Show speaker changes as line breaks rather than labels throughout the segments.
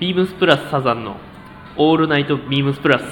ビームスプラスサザンのオールナイトビームスプラス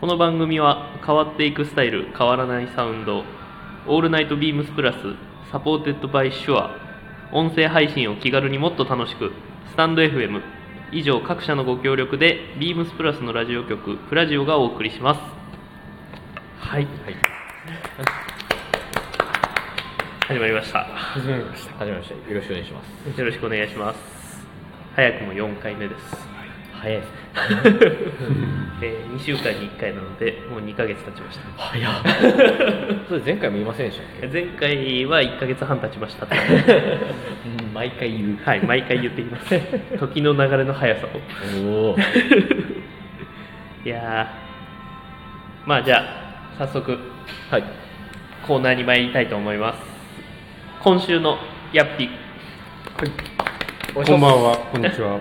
この番組は変わっていくスタイル変わらないサウンドオールナイトビームスプラスサポーテッドバイシュア音声配信を気軽にもっと楽しくスタンド FM 以上各社のご協力でビームスプラスのラジオ局プラジオがお送りしますはい、始まりました
始まりました。
始めました。よろしくお願いします。
よろしくお願いします早くも4回目です、
早いですね。
え2週間に1回なのでもう2ヶ月経ちました
早っ。 それ前回も言いませんでしたっ
前回は1ヶ月半経ちました と
け？毎回言う。
はい毎回言っています時の流れの速さを
おお。
いやーまあじゃあ早速
はい。
コーナーに参りたいと思います今週のヤッピ
こんばんは、こんにちは。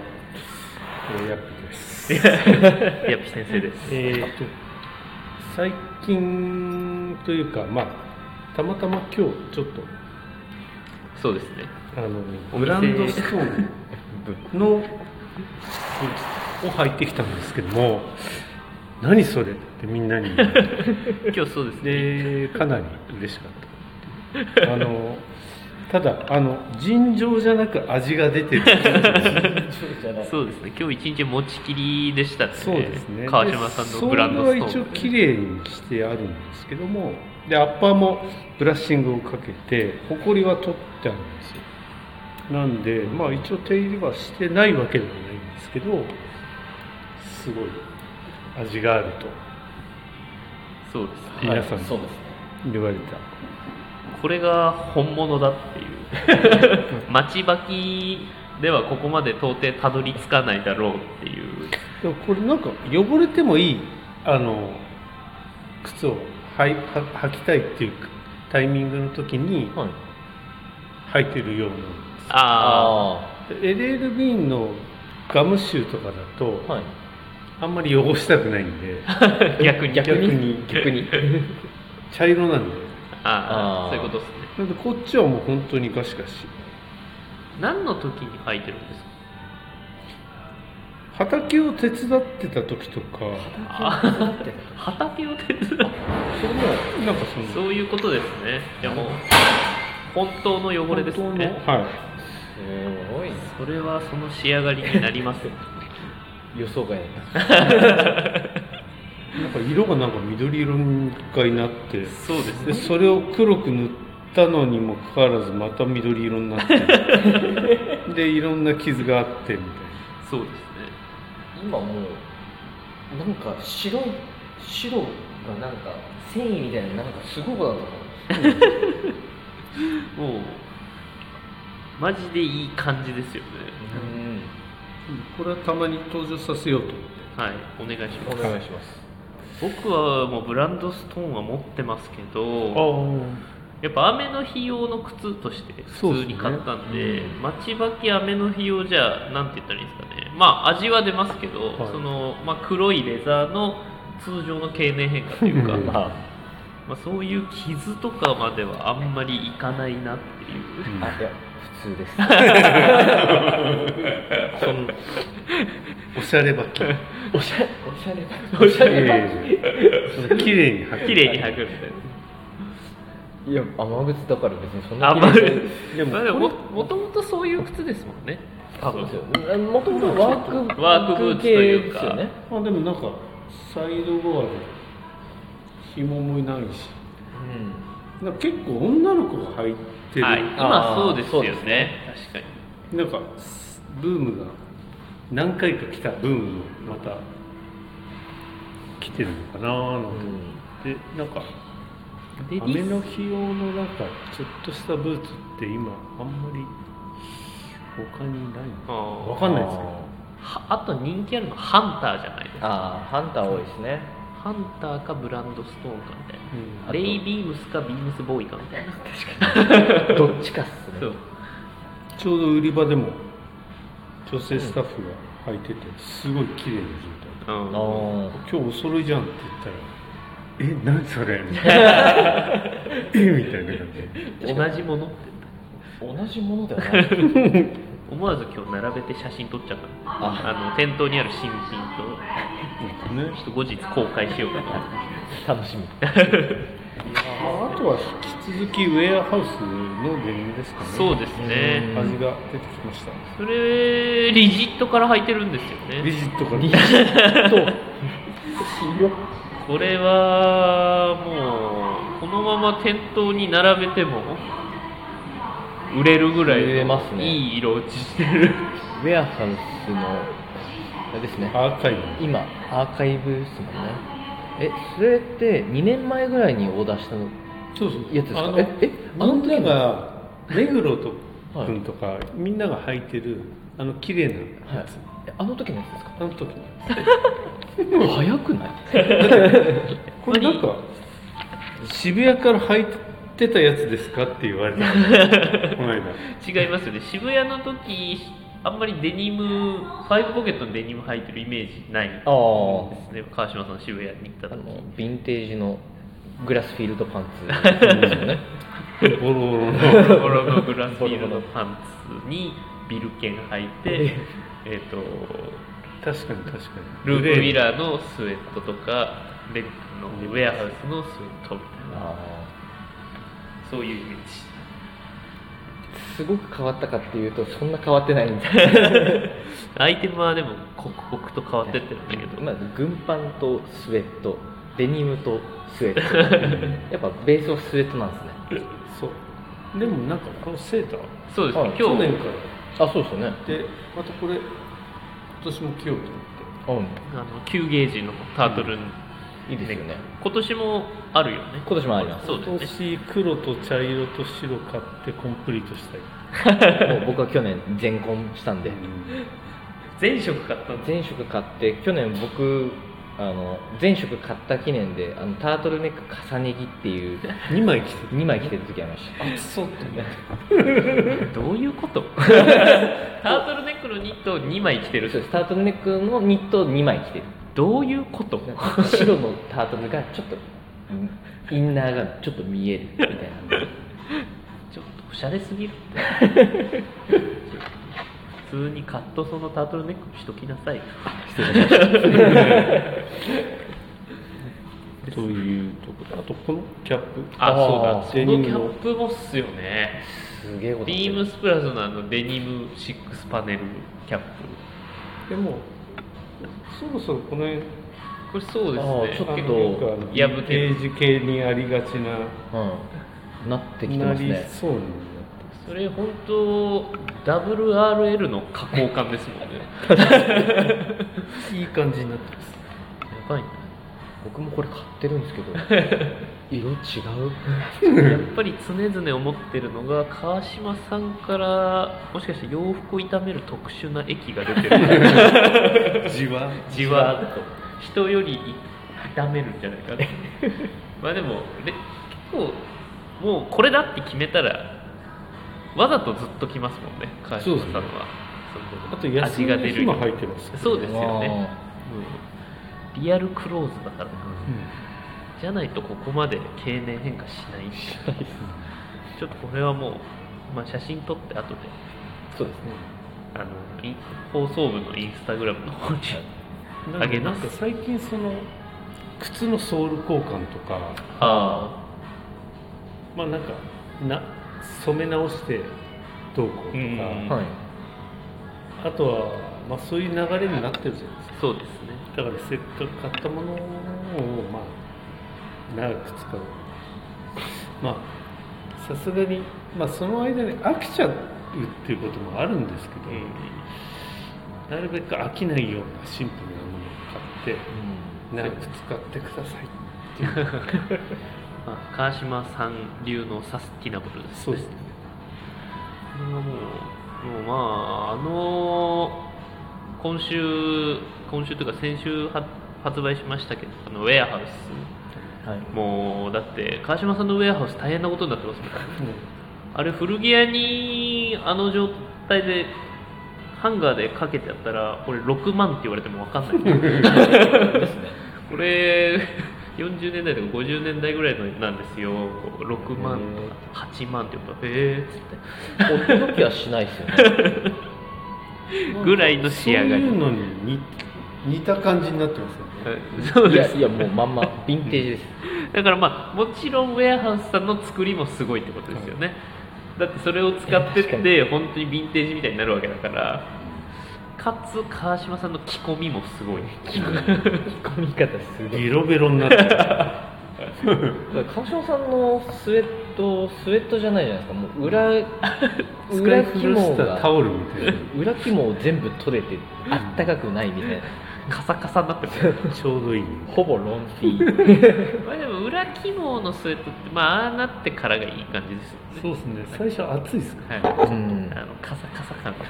えー、やっぴです。
ヤッピ先生です
えーと、最近というか、まあ、たまたま今日ちょっと、
そうですね
あの、
お店
ブランドストーンの、を入ってきたんですけども、何それってみんなに言われて。
今日そうですね
でかなり嬉しかったあのただあの尋常じゃなく味が出てる
そうですね今日一日持ちきりでしたね
そうですね
川島さんのブランドスト
でソールは一応
ーン
綺麗にしてあるんですけどもでアッパーもブラッシングをかけてホコリは取ってあるんですよなんでまあ一応手入れはしてないわけではないんですけどすごい味があると
そうですね
皆さん
はい
に
そうですね。
言われ
これが本物だっていう待ちばきではここまで到底たどり着かないだろうっていう
たでもこれなんか汚れてもいいあの靴を履いは履きたいっていうタイミングの時に
はい。
履いてるような
あ
あ
LL ビーンのガムシューとかだと、
あ。はい。
あんまり汚したくないんで
あ 逆に
逆に
逆に
茶色なんで
ああ
あ
そ
ー
ういうことですね
なんでこっちはもう本当にガシガシ
何の時に履いてるんですか
畑を手伝ってた時とか
あー畑を手伝う
それもなんかその
そういうことですねじゃあもう本当の汚れです
本当の
ね
は
すごいね
それはその仕上がりになりますね
予想外。
いなんか色がなんか緑色がになって
そうです
で
ね
それを黒く塗ったのにもかかわらずまた緑色にな ってるでいろんな傷があってみたい
そうですね
今もうなんか白い白がなんか繊維みたいななんかすごいことだと思う。
もうマジでいい感じですよね
うん。
なこれはたまに登場させようと思って
はいお願いします
お願いします。
僕はもうブランドストーンは持ってますけど
あ
やっぱ雨の日用の靴として
そう
普
で
通
すね
に買ったんで
うん
待ちばき雨の日用じゃなんて言ったらいいんですかねまあ味は出ますけど、
はい
その、まあ、黒いレザーの通常の経年変化というか、
うん
まあ
ま
そういう傷とかまではあんまりいかないなっていう
あ、あいや普通です。
あその おしゃればき
おしゃれ おしゃればおしゃれば
その綺麗に履く
綺麗に履くみたい
いや雨靴だから別にそん
な
な
あんまり
でも
まあでもももともとそういう靴ですもんね
多分ですよもともとワーク
ワークブーツというか
ワーク系ですよね
まあでもなんかサイド側で紐もないしなんか結構女の子が履いてる、
はい今
あー
そうですよね
そうですね
確かに
なんかブームが何回か来たブームのまた来てるのかなーなんて思って、なんか雨の日用のなんかちょっとしたブーツって今あんまり他にないの
あー
わかんないですけど
はあと人気あるのハンターじゃないの
ああハンター多いですね
ハンターかブランドストーンかみたいな
あと
レイビームスかビームスボーイかみたいな
どっちかっすね
そう
ちょうど売り場でも女性スタッフが履いててすごい綺麗な状態
う
あ
ん
ー
今日お揃いじゃんって言ったら「え何それ?」みたいな「えみたいな感じで
同じものって
同じものではない
思わず今日並べて写真撮っちゃった
あ
あの店頭にある新品と
ね
ちょっと後日公開しようかな
楽しみ
あとは引き続きウェアハウスのデニムですかね
そうですね
味が出てきました
それリジットから履いてるんですよね
ビジットからビ ジット強っ
これはもうこのまま店頭に並べても売れるぐら
売れ
いの
ますね
いい色落ちしてる
ウェアハウスのあれですね
アーカイブ
今アーカイブですもんねえそれって2年前ぐらいにオーダーしたの
そうそう
やつですか
あの
ええあの
み
時
んなが目黒と
はい
君とか、みんなが履いてるあの綺麗な
はいえあの時のやつですか
あの時
早くない
これなんか渋谷から履いてたやつですかって言われたこの間
違いますよね渋谷の時あんまりデニムファイブポケットのデニム履いてるイメージないで
ああ
すね川島さん渋谷に行った
あ
時
のヴィンテージのグラスフィールドパン ツですよね
ボロボロの
ボロボロのグラスフィール ドパンツにビルケン履いてえっと
確かに確かに
ループミ
ー
ラーのスウェットとかレッドのウェアハウスのスウェットみたいな
あ
そういうイメージ
ーすごく変わったかっていうとそんな変わってないんだ
アイテムはでも刻々と変わってってるんだけど、
まあ軍パンとスウェットデニムとスウェ ットやっぱベースはスウェットなんですね
そうでもなんかこのセーター
そうですね、
はい
今
去
日
年から
あそうですよね
でまたこれ今年も着ようと思って
うん
あの9ゲージのタートル、
いいですよね
今年もあるよね
今年もあります
そう
今
ですね
年黒と茶色と白買ってコンプリートしたい、
もう僕は去年全コンしたんで
前職買ったんです
全色買って去年僕あの全色買った記念であのタートルネック重ね着っていう
2枚着て
2枚着てる時ありま した
るそうって
どういうこと タートルネックのニットを2枚着て
そうで
る
すタートルネックのニットを2枚着てる
どういうこと
なんか白のタートルがちょっとうんインナーがちょっと見えるみたい
ちょっとおしゃれすぎる 普通にカットソーのタートルネックにしときなさい
というとこであとこのキャップ
あ
あー
そうだデ
デニ
ニ
ム
ム
の
キャップもっすよね
なすげえこと
ビームスプラスのあのデニム6パネルキャップ
でもそろそろこの辺
これそうで
あーち
す
ょっ
ね
と
あのよくあの
破ける
ゲージ系にありがちな
うんなってきて
な
ます
り
ね
そうにな
それ本当 WRL の加工感ですもんね
っていい感じになってます
やばいな
僕もこれ買ってるんです けど色違う
やっぱり常々思ってるのが川島さんからもしかして洋服を傷める特殊な液が出てる
じわ
じわーっと人より傷めるんじゃないか なまあでもで結構もうこれだって決めたらわざとずっと着ますもんね川島さんは
あと安
味
い
が出
日
る
も
よ
入ってます
うそうですよね
ね
うリアルクローズだからな
う
じゃないとここまで経年変化しないちょっとこれはもう、まあ、写真撮って後で
そうですね
あのイン放送部のインスタグラムの方に
ん
あげ
な
ま
ん
す
か最近その靴のソール交換とか
あ
まあなんかな染め直してどうこうとか、
うん
はい
あとは、まあ、そういう流れになってるじゃないですか
そうですね
だからせっかく買ったものをまあ長く使うまあさすがに、まあ、その間に飽きちゃうっていうこともあるんですけど、なるべく飽きないようなシンプルなものを買って
うん
長く使ってください
まあ、川島さん流のサスティナブルですね
そうですね
これはもうもうまああの今週今週というか先週は発売しましたけどあのウェアハウス
はい
もうだって川島さんのウェアハウス大変なことになってますもんあれ古着屋にあの状態でハンガーでかけてやったらこれ6万って言われても分かんない これ40年代とか50年代ぐらいのなんですよこう6万とか8万って言ったら「へえ」っつって
驚きはしないですよね
ぐらいの仕上がり
そういうのに似似た感じになってますよ
そ
ね、
う
い
で
や
す
いやもうまんまヴィンテージです
だからまあもちろんウェアハウスさんの作りもすごいってことですよね、だってそれを使って
確か
って本当にヴィンテージみたいになるわけだからかつ川島さんの着込みもすごい
込み方すご
ベロベロになってる
川島さんのスウェットスウェットじゃないじゃないですかも う裏
使
裏
い古
起毛
したタ
が
オルみたいな
裏起毛全部取れてあったかくないみたいな
カサカサになってます
ちょうどいい
ほぼロンティー
まあでも裏起毛のスウェットってまあああなってからがいい感じですよね
そうですね最初暑いですか
はい
うん
あのカサカサ感カサカサ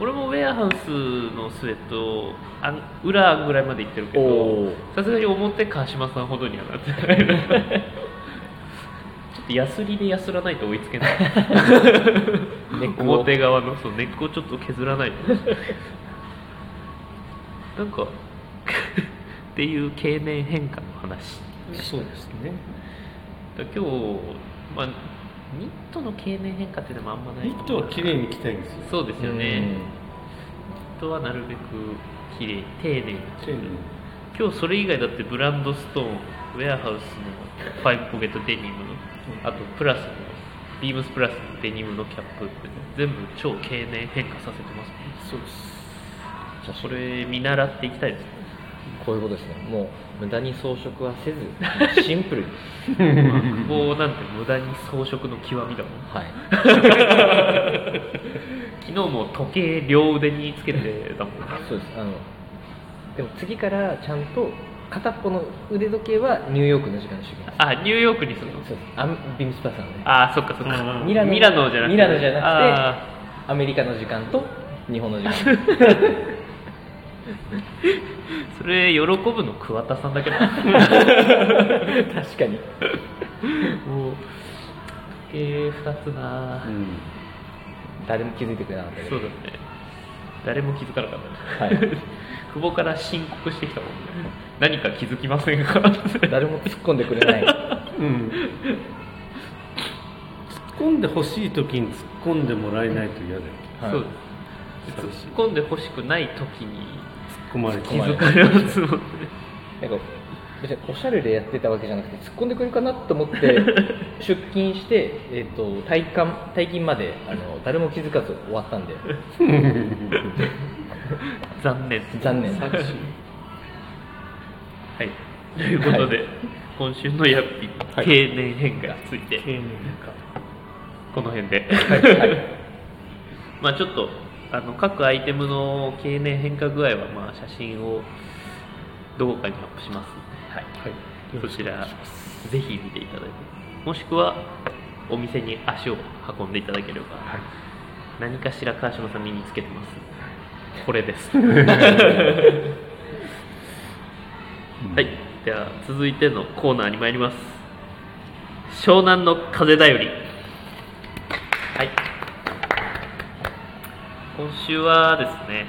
お
俺もウェアハウスのスウェットあん裏ぐらいまで行ってるけど
おー
さすがに表川島さんほどにはなってない ちょっとヤスリでやすらないと追いつけない
ネックを
表側のそう根っこをちょっと削らないとなんか っていう経年変化の話
そうですね
だから今日、まあ、ニットの経年変化っていうのもあんまない
ニットは綺麗に着たいんですよ
そうですよね、ニットはなるべく綺麗に丁寧に
丁寧に
今日それ以外だってブランドストーンウェアハウスのファイブポケットデニムあとプラスのビームスプラスのデニムのキャップって、全部超経年変化させてますね
そうです
じゃあそれ見習っていきたい ですね
こういうことですねもう無駄に装飾はせ ずシンプルに
ここなんて無駄に装飾の極みだもん
はい
昨日も時計両腕につけてたもんな
そうですあのでも次からちゃんと片っぽの腕時計はニューヨークの時間にしてきます
あニューヨークにするの
そうですあビームスパスなんで
ああそっかそっ
う
か
ん
ミラノ
ミラノじゃなくて
ミラノじゃなくて
あ
アメリカの時間と日本の時 間
ーそれ喜ぶの桑田さんだ けど
確かに
もう時計2つな
う
あ、
ん
誰も気づいてくれなかったけ
そ
ど
うだね誰も気づかなかったね
はい、
久保から申告してきたもんね何か気づきませんか
誰も突っ込んでくれない
うん突っ込んでほしい時に突っ込んでもらえないと嫌だよ
はい
そうです
寂しい
突っ込んでほしくない時に
突っ込まれて
気づかれますもんね
なんか別におしゃれでやってたわけじゃなくて突っ込んでくれるかなと思って 出勤して、えっと退官退勤まであの誰も気づかず終わったんで
残念
残念
作詞
はいということで、今週のヤッピー、
はい
経年変化について
丁寧にか
この辺で、 まあちょっとあの各アイテムの経年変化具合はまあ写真をどこかにアップします
はい
ので、そちらぜひ見ていただいてもしくはお店に足を運んでいただければ、
はい
何かしら川島さん身につけてますこれ ですはいでは続いてのコーナーに参ります湘南の風だよりはい今週はですね、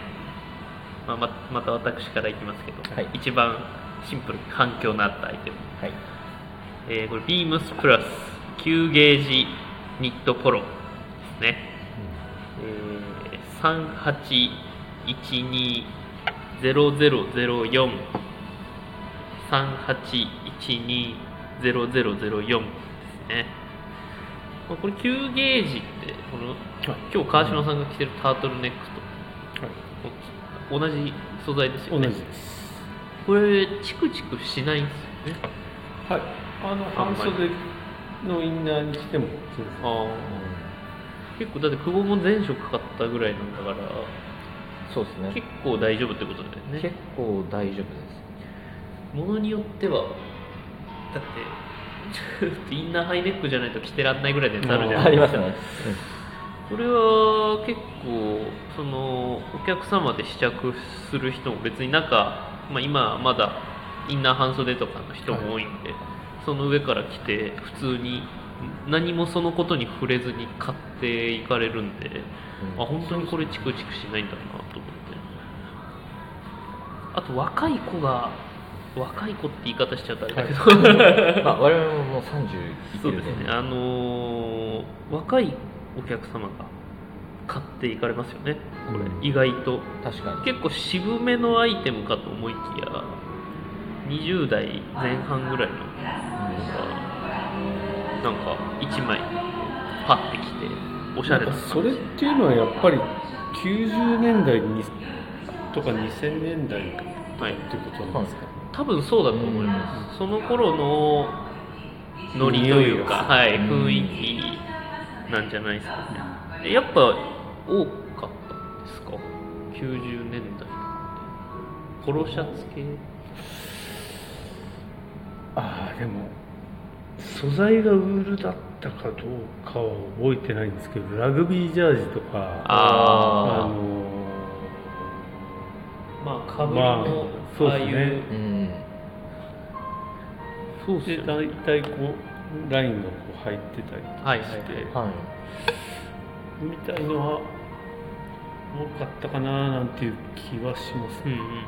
まあ、ままた私からいきますけど、
はい
一番シンプルに反響のあったアイテム、
はい
えーこれビームスプラス9ゲージニットポロですね、えー、38120004 38120004ですねまあこれ9ゲージってこの今日川島さんが着てるタートルネックと同じ素材ですよ
同
ね
じです
これチクチクしないんですよね
はいあの半袖のインナーに着ても全然
あー結構だって久保も前職かかったぐらいなんだから
そうですね
結構大丈夫ってことだよね
結構大丈夫です
ものによってはだって インナーハイネックじゃないと着てらんないぐらいのやつあるじゃ
うん
な
あ
い
り
で
ますす
か
ね。
これは結構そのお客様で試着する人も別になんか、まあ、今まだインナー半袖とかの人も多いんで、その上から着て普通に何もそのことに触れずに買っていかれるんで、
うん
あ本当にこれチクチクしないんだなと思ってあと若い子が若い子って言い方しちゃうとあれだけど、
まあ、我々ももう30い
そ
て
う
る
です
ん
ね、あのー若いお客様が買っていかれますよね、これ、
うん
意外と。
確かに。
結構渋めのアイテムかと思いきや、20代前半ぐらいの、なんか、1枚、パッてきて、おしゃれな
それっていうのはやっぱり90年代にとか2000年代って
はい、
ことなんですか、
多分そうだと思います、その頃のノリというか、
匂いが
はい、
うん
雰囲気なんじゃないですかねでやっぱ多かったんですか90年代ポロシャツ系
ああでも素材がウールだったかどうかは覚えてないんですけどラグビージャージとか
あー
あの
まあかぶり
まあ
の
そう
ああ
です
い
ね
う
うん。
そう
で
ですね
大体こうラインがこう入ってたりとか
はい
して、
はい。
みたいのは多かったかななんていう気はします
うんうん
ね、
うん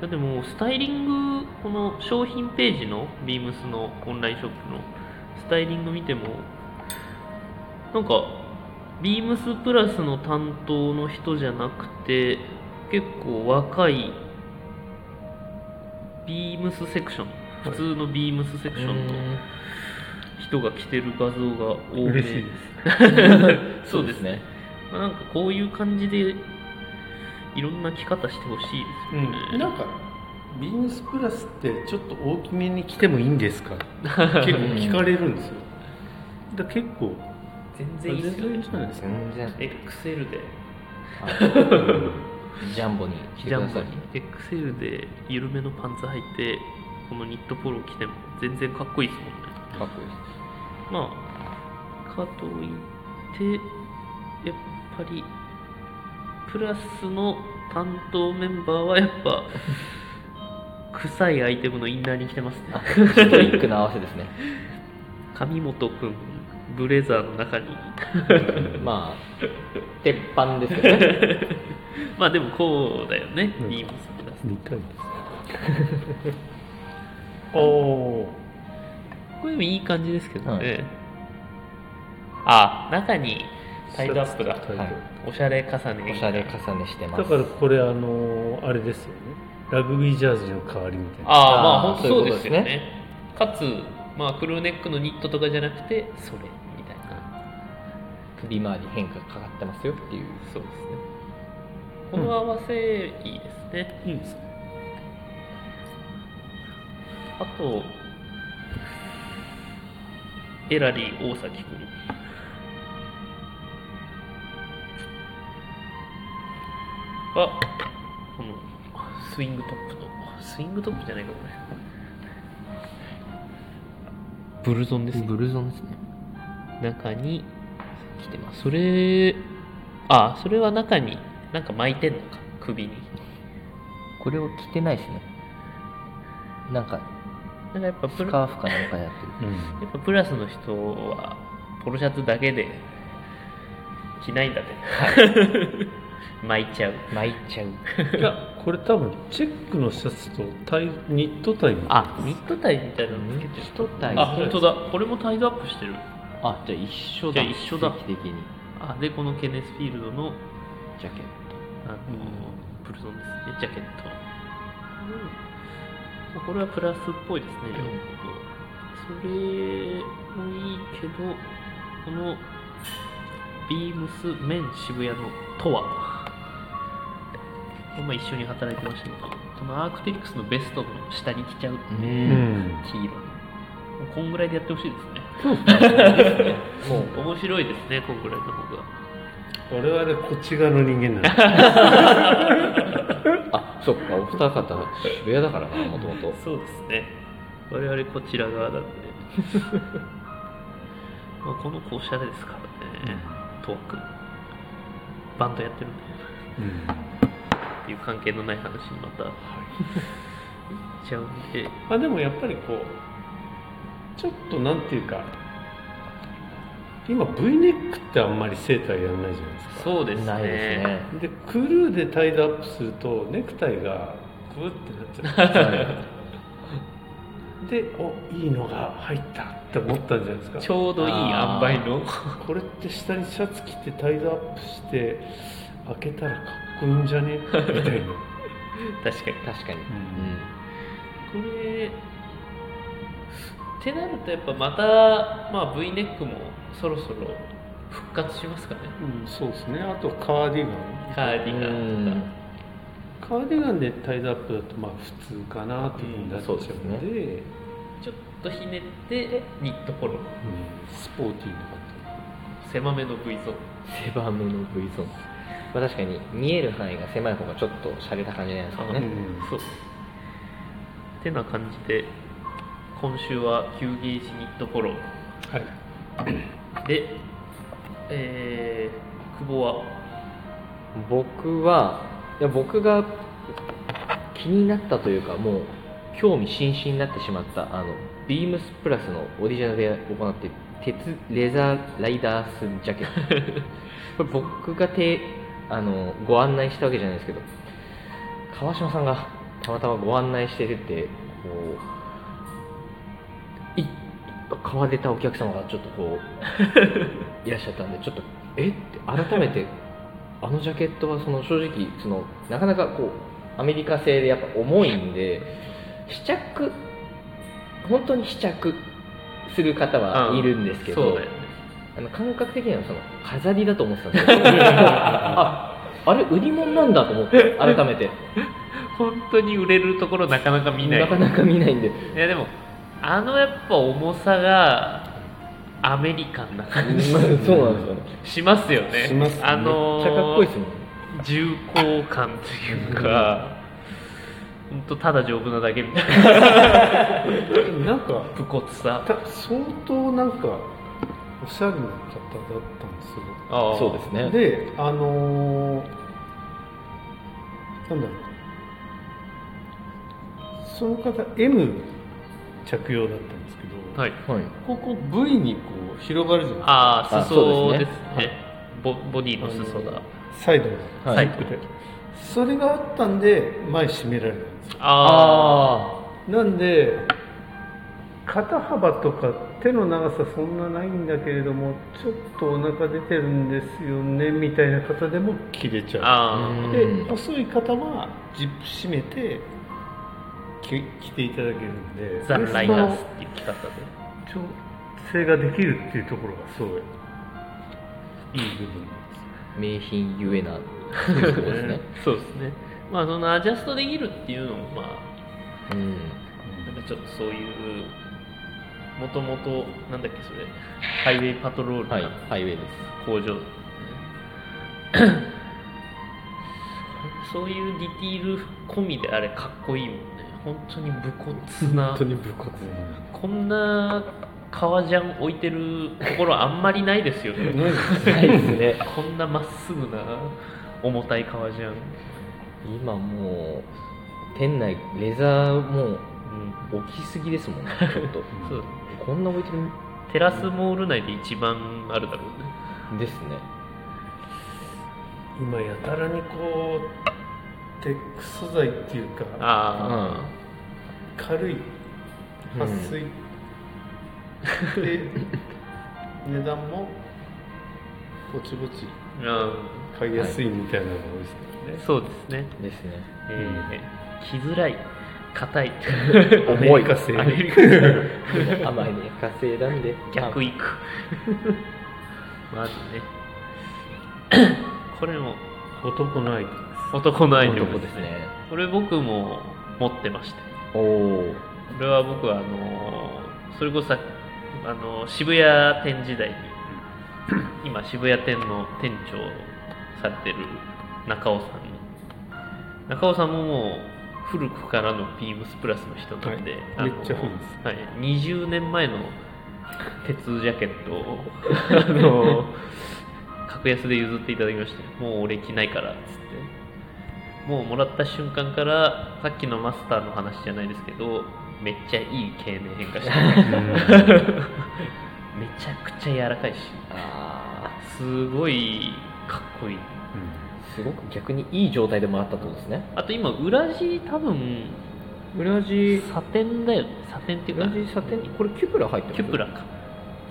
だってもうスタイリングこの商品ページのビームスのオンラインショップのスタイリング見てもなんかビームスプラスの担当の人じゃなくて結構若いビームスセクション普通のビームスセクションの人が着てる画像が多め
嬉しいで
そうですね。まあなんかこういう感じでいろんな着方してほしいですよね、
うん、なんかビームスプラスってちょっと大きめに着てもいいんですか結構聞かれるんですよだから結構
全然いい
全
ですよ
然いいん
ね
じゃないですか、
全然。
XL で
ジャンボに来て
ジ
く
ャ
だ
ン
さ
ボ
い。
に XL で緩めのパンツ履いてこのニットポロ着ても全然かっこいいですもんね
かっこいいで
まあかといってやっぱりプラスの担当メンバーはやっ ぱ臭いアイテムのインナーに着てますね
す。ストイックな合わせですね。
上本くんブレザーの中に
まあ、鉄板です よね。
まあでもこうだよね、
うん
ビームスプラス
見たいです おー
これでもいい感じですけどね、
はい
あ中にタイドアップが
タイドアップ
おしゃれ重ね
おしゃれ重ねしてます。
だからこれあのーあれですよねラグビージャージの代わりみたいな
ああまあ
あー
本当そうですよね
そうい
かつまあクルーネックのニットとかじゃなくてそれみたいな
首回り変化かかってますよっていう。
そうですねこの合わせいいですね、
いいですね
あと、エラリー大崎君。は、このスイングトップの、スイングトップじゃないか、これ。ブルゾンですね。
ルゾンですね。
中に来てます。それ、あ、それは中に、なんか巻いてんのか、首に。
これを着てないですね。なんか、
なんかやっぱプ
ス
ル
カーフかなんかやってる。
やっぱプラスの人はポロシャツだけで着ないんだね、 巻いちゃう
巻いちゃう。
うん、いやこれ多分チェックのシャツとタイニットタイの
あニットタイみたいなのつけてる
ニットタイ
あ本当だこれもタイドアップしてる
あ、じゃあ一緒
じ
だ。
ゃあ一緒だ
奇跡的に。
あでこのケネスフィールドの
ジャケット。
あの、プルゾンですねジャケット、うんこれはプラスっぽいですね両方とそれもいいけどこのビームスメン渋谷のとはこの前一緒に働いてましたけどこのアークテリクスのベストの下に着ちゃう
う。
うんん
黄色もうこんぐらいでやってほしいですね
そうですね。もう、
面白いですねこんぐらいの方が
我々こっち側の人間なんで
あそっかお二方渋谷だからなもともと
そうですね我々こちら側 だってまあこの子おしゃれですからね、トークバンドやってるんで
うん
っていう関係のない話にまた行っちゃうんで
まあでもやっぱりこうちょっとなんていうか今 V ネックってあんまりセーターやんないじゃないですか
そうですね
ないです ね
でクルーでタイドアップするとネクタイがグーってなっちゃう でおいいのが入ったって思ったんじゃないですか
ちょうどいい塩梅の
これって下にシャツ着てタイドアップして開けたらかっこいいんじゃねみたいな
確かに
確かに、
これってなるとやっぱまた、まあ、V ネックもそろそろ復活しますかね
うん、そうですねあとカーディガン
カーディガンとか
カーディガンでタイドアップだとまあ普通かなっていうふうになっちゃうの
う
で,、
んそう
ちょっとひねってニットポロ
うんスポーティーな
狭めの V ゾーン
狭めの V ゾーン、まあ、確かに見える範囲が狭い方がちょっと洒落た感じじゃないですか
感じ、
ね
そうてな感じで今週は9ゲージニットポロ
はい
でえー、久保は
僕はいや僕が気になったというかもう興味津々になってしまったあのビームスプラスのオリジナルで行っている鉄レザーライダースジャケットこれ僕がてあのご案内したわけじゃないですけど川島さんがたまたまご案内してるってこうい買われたお客様がちょっとこ ういらっしゃったんでちょっとえって改めてあのジャケットはその正直そのなかなかこうアメリカ製でやっぱ重いんで試着本当に試着する方はいるんですけど、
そうだよね
あの感覚的にはその飾りだと思ってたんですよああれ売り物なんだと思って改めて
本当に売れるところなかなか見ない
なかなか見ない んで
いやでもあのやっぱ重さがアメリカンな
そうな
感
ん
じ
ですよね
しますよね
しますね
あ
め
の
っちゃかっこいいですもん
重厚感というか本当ただ丈夫なだけみたいな
うんなんか
武骨さ
た相当なんかおしゃれな方だったんですよ
ああ
そうですね
であのーなんだろうその方 M 着用だったんですけど、
はい
はい
ここ V にこう広がるじゃない
ああ
あ
裾
そう
で
ですす
ね
ね
ボボディの裾だ
ですかサイドが、
はい
サイドでそれがあったんで前閉められたんですよ
ああ
あ
なんで肩幅とか手の長さそんなないんだけれどもちょっとお腹出てるんですよねみたいな方でも切れちゃう
あ
う
ー
ん
で、細い方はジップ締めてき着ていただけるんで
ザ・ライダースっ
そ
ていう着方で
の調整ができるっていうところがすごいいい部分
あ名品ゆえなそういうとこですね
そうですねまあそのアジャストできるっていうのもまあ
うん
なんかちょっとそういう、もともと、なんだっけ、それ、ハイウェイパトロール
はい
の
ハイウェイです
工場、そういうディティール込みであれ、かっこいいもんね、本当に武骨な、
に武骨
こんな革ジャン置いてるところ、あんまりないですよね、
ないですね
こんなまっすぐな、重たい革ジャン。
今もう店内レザーもう置きすぎで すもんねちょっと
そう
こんな置いてる
テラスモール内で一番あるだろうね。
ですね
今やたらにこうテック素材っていうか
あ
軽い撥水、で値段もぼちぼち
あ、うん、
買いやすいみたいなのが多いですね、
そうですね。
ですね
えー、着づらい、硬い、
重いかせ
アメリカ 製
甘いね稼いだんで
逆いく。まず ね、これも
男のアイテム
男のアイテム
男
で
ですす
ね。
ね
これ僕も持ってまして、
おお
これは僕はあのーそれこそさあのー渋谷店時代に、今渋谷店の店長されてる中尾さんに中尾さんももう古くからのビームスプラスの人なんで、
はい
あの
めっちゃ古いです
はい、20年前の鉄ジャケット をあの格安で譲っていただきましてもう俺着ないからっつってもうもらった瞬間からさっきのマスターの話じゃないですけどめっちゃいい経年変化して るめちゃくちゃ柔らかいし
あ
すごいかっこいい
あすごく逆にいい状態でもらったってことですね
あと今裏地多分
裏地
サテンだよねサテンっていうか
裏地サテンこれキュプラ入ってます
キュプラか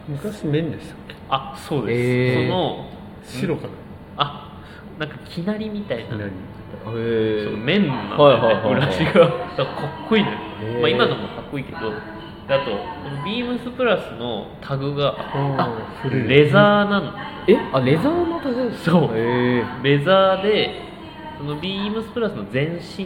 昔綿でしたっけ
あそうです、
へー
その
白かな
あなんかきなりみたいな
何
へえ
そう面なんだ
はい
よ
はい
ね
はい
裏
はい
地がだからかっこいいのよ、
ー
まあ、今のもかっこいいけどであとこのビームスプラスのタグが
あ古い
レザーなの
えあレザーのタグ
そう
へえ
レザーでそのビームスプラスの前身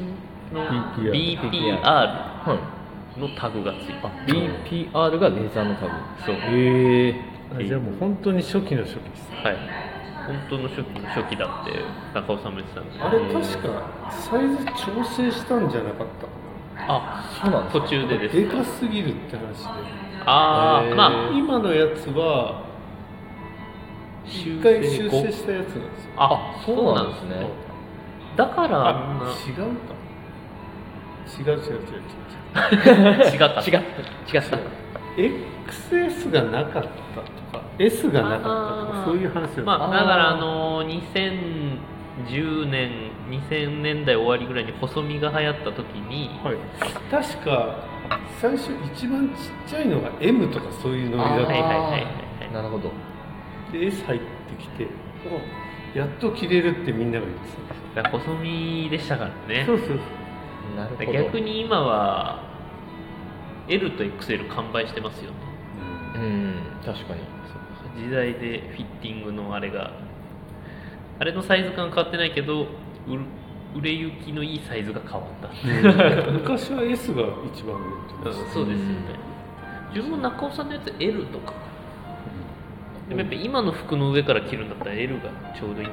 の
BPR
BPR
はい
のタグがついてる
BPR がレザーのタグ
そう
へえ
あじゃあもう本当に初期の初期です
はい本当の初期の初期だって中尾さんも言ってたんです
あれ確かサイズ調整したんじゃなかったか
あ
そうなんです
途
か
中で
な
です
でかすぎるって話で
あ
へ
あ
ー
まあ
今のやつは一回修正したやつなんですよ
あ
あ
そうなんで
そ
す
うなんです
ね
ね
だからあん
あ
な
違うか違う違う違う違
違っ
う
た
違う違った
違 う XS がなかったとか S がなかったと
あ
か
ー
そういう話なんです
まあ
あー
だからあのー2010年2000年代終わりぐらいに細身が流行った時に、
はい、確か最初一番ちっちゃいのが M とかそういうノ
は
リ
い
だっ
はい
た
はいはい
なるほど
で S 入ってきておやっと着れるってみんなが言ってたんですよ
だから細身でしたからね
そうそうそう
なるほど
逆に今は L と XL 完売してますよね
うん確かに
時代でフィッティングのあれがあれのサイズ感変わってないけど売る売れ行きのいいサイズが変わった、
昔は S が一番売
う
れてま
ん
し
そうですよね自分も中尾さんのやつ L とかでもやっぱ今の服の上から着るんだったら L がちょうどいい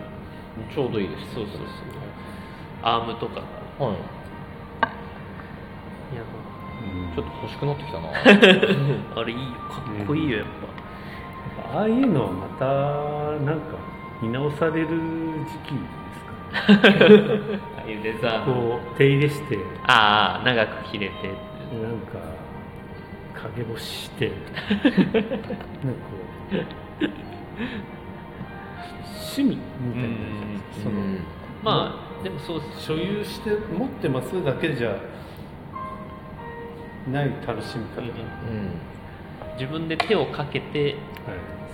ちょうどいいです
そうそうそうアームとか
はい
いや
た
ちょっと欲しくなって きたな
あれいいよかっこいいよやっ
ああいうのはまたなんか見直される時期ですかね
ぱああいうレザーの
こう手入れして
ああ長く着れてって
なんか陰干しして なんかこう趣味みたいになるじゃないですかその
うん
まあでもそうです
所有して持ってますだけじゃない楽しみ方、
うんうん
はい、
うん
自分で手をかけて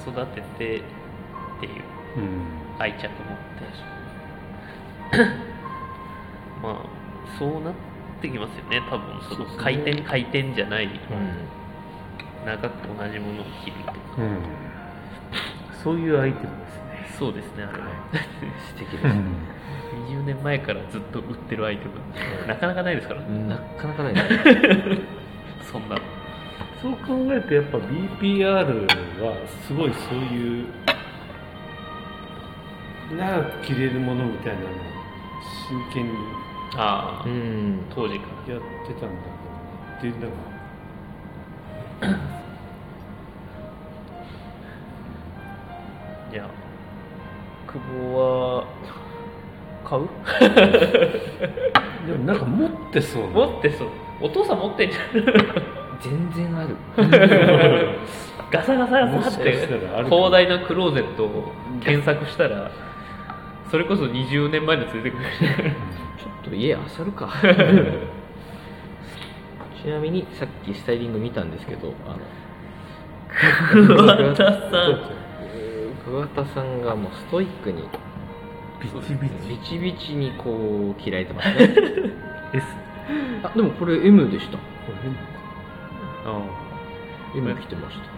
育ててっていう
うん
愛着持って まあそうなってきますよね多分そ
そう
の
ですね
回転、回転じゃない
うん
長く同じものを着るとか
うん、そういうアイテムですね、
そうですねあ れは、
素敵ですね
20年前からずっと売ってるアイテムなかな かないですから、
なかなかないな
そんなの
そう考えるとやっぱ BPR はすごいそういう長く着れるものみたいなのを真剣に
ああ、
うん
当時から
やってたんだけどっていうのが
いや久保は買う
でもなんか持ってそうな
持ってそうお父さん持ってんじゃん
全然ある
ガサガサガサっ
もしか
て
したらあるかも
広大なクローゼットを検索したらそれこそ20年前の連れて くる
ちょっと家あさ るかちなみにさっきスタイリング見たんですけどあの
桑田さん
えー桑田さんがもうストイックに
ビチビチ
ビチビチにこう切られてますね
S
あでもこれ M でした
これ変かあ
M 着てました
あ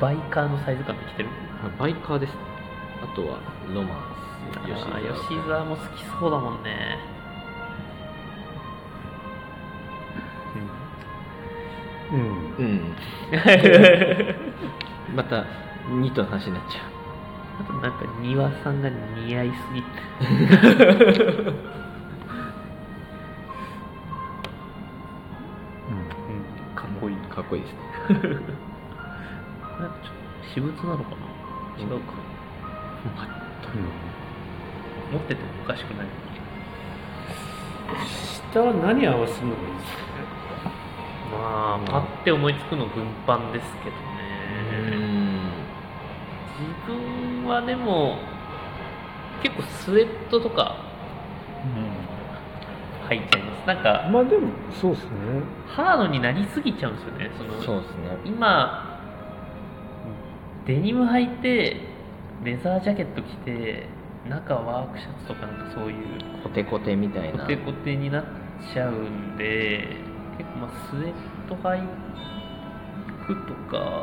バイカーのサイズ感で着てる
あバイカーですねあとはロマンス
吉沢
沢
吉沢も好きそうだもん ね
うん、う
う
ん
んまたニットの話になっちゃ
あ
う
となんか庭さんが似合いすぎてかっこいい
かっこいいですね
これちょっと私物なのかな違うか、持っててもおかしくない
下は何合わせるのがいいですか
まあパッて思いつくの軍パンですけどね自分はでも結構スウェットとか入っちゃいますなんか
まあでもそうですね
ハードになりすぎちゃうんですよねその
そうですね
今デニム履いてレザージャケット着て中ワークシャツとかなんかそういう
コテコテみたい
コ
な
テコテになっちゃうんで結構まあスウェット履くとか、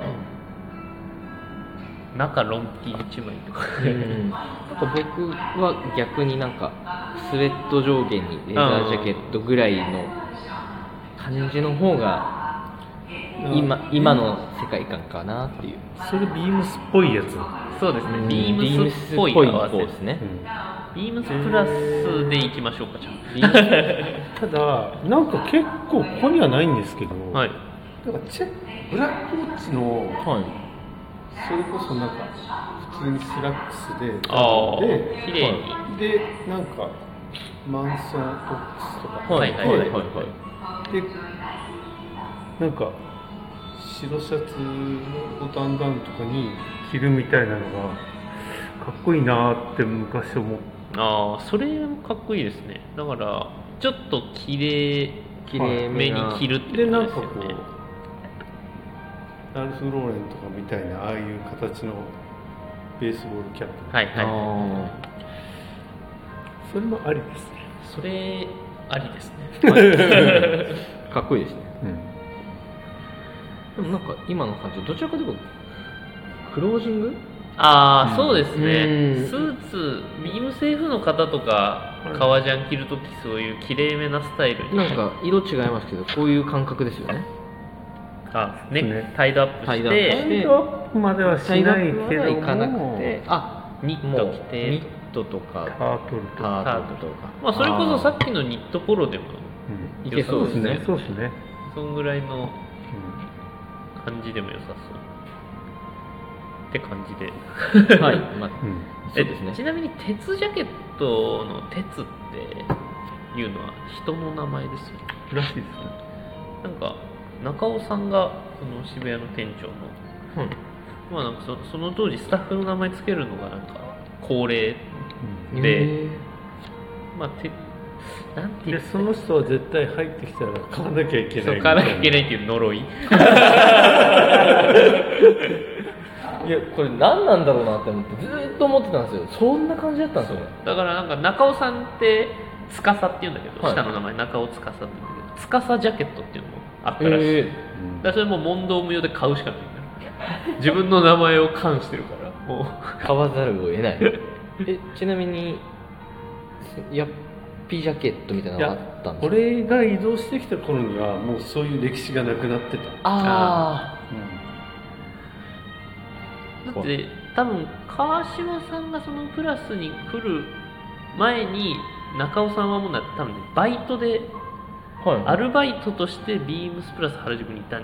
中ロン T 一枚とか
うんなんか僕は逆になんかスウェット上下にレザージャケットぐらいの感じの方が今今の世界観かなっていう、
それビームスっぽいやつ、
そうですねビ
ビ
ー
ー
ム
ム
ス
ス
っ
っ
ぽ
ぽ
い
い
合わせ
方ですね
ビームスプラスでいきましょうかじゃ
ビーム
ただなんか結構ここにはないんですけど、
あはい
だからチェブラックウォッチの
スはい
それこそなんか普通にスラックスで
ああ
で
綺麗に
でなんかマンソンフォックスとか
はいはいはい
はい
でなんか白シャツのボタンダウンとかに着るみたいなのがかっこいいなーって昔思って
ああそれもかっこいいですねだからちょっと綺麗
綺麗
め
め
に
に
着
着る
るって
で
こ
な
と
ん
で
か
す
こ
よね
うアルフ・ローレンとかみたいなああいう形のベースボールキャップ、
はいはいはい
それもありですね、
それありですね
かっこいいですねでもなんか今の感じどちらかというとクロージング
ああ、
うん
そうですね
うん
スーツビームセーフの方とか
はい
革ジャン着るときそういう綺麗めなスタイルに
なんか色違いますけどこういう感覚ですよね
あね
ね
タイドアップ
タイ
し
ドアップ
て
し
ハンドアップまではしないけども
行かなくてあ
ニッ
も
ト
う
着
ニ
て
ットとか
タートルと
タ
か、
ートルとか
まあそれこそさっきのニットポロでも
うん
いけそうですね
そうですね
そんぐらいの
う
感じでも良さそうって感じで
はい、まあ、
ん
そうです
え
ね
ちなみに鉄ジャケットの鉄っていうのは人の名前ですよね
らしいですね
なんか中尾さんがその渋谷の店長のまあなんかそその当時スタッフの名前つけるのがなんか恒例、
うん
で
へー
まあ、てなんて
う
言
んで
った
その人は絶対入ってきたら買わなきゃいけ
そ
な
う
い
買わなきゃいけないいっていう呪い
いやこれ何なんだろうなって思ってずーっと思ってたんですよそんな感じだったんですよね
だからなんか中尾さんって司っていうんだけど、
はい
下の名前中尾司っていうんだけど司ジャケットっていうのもあったらしい、だ
え
からそれもう問答無用で買うしかないんだよ自分の名前を冠してるからもう
ー買わざるを得ないえちなみにすやっぴジャケットみたいなのがあったんですか
俺が移動してきた頃にはもうそういう歴史がなくなってた、
あ
だって多分川島さんがそのプラスに来る前に中尾さんはもうな多分ねバイトで
あはい
アルバイトとしてビームスプラス原宿にいた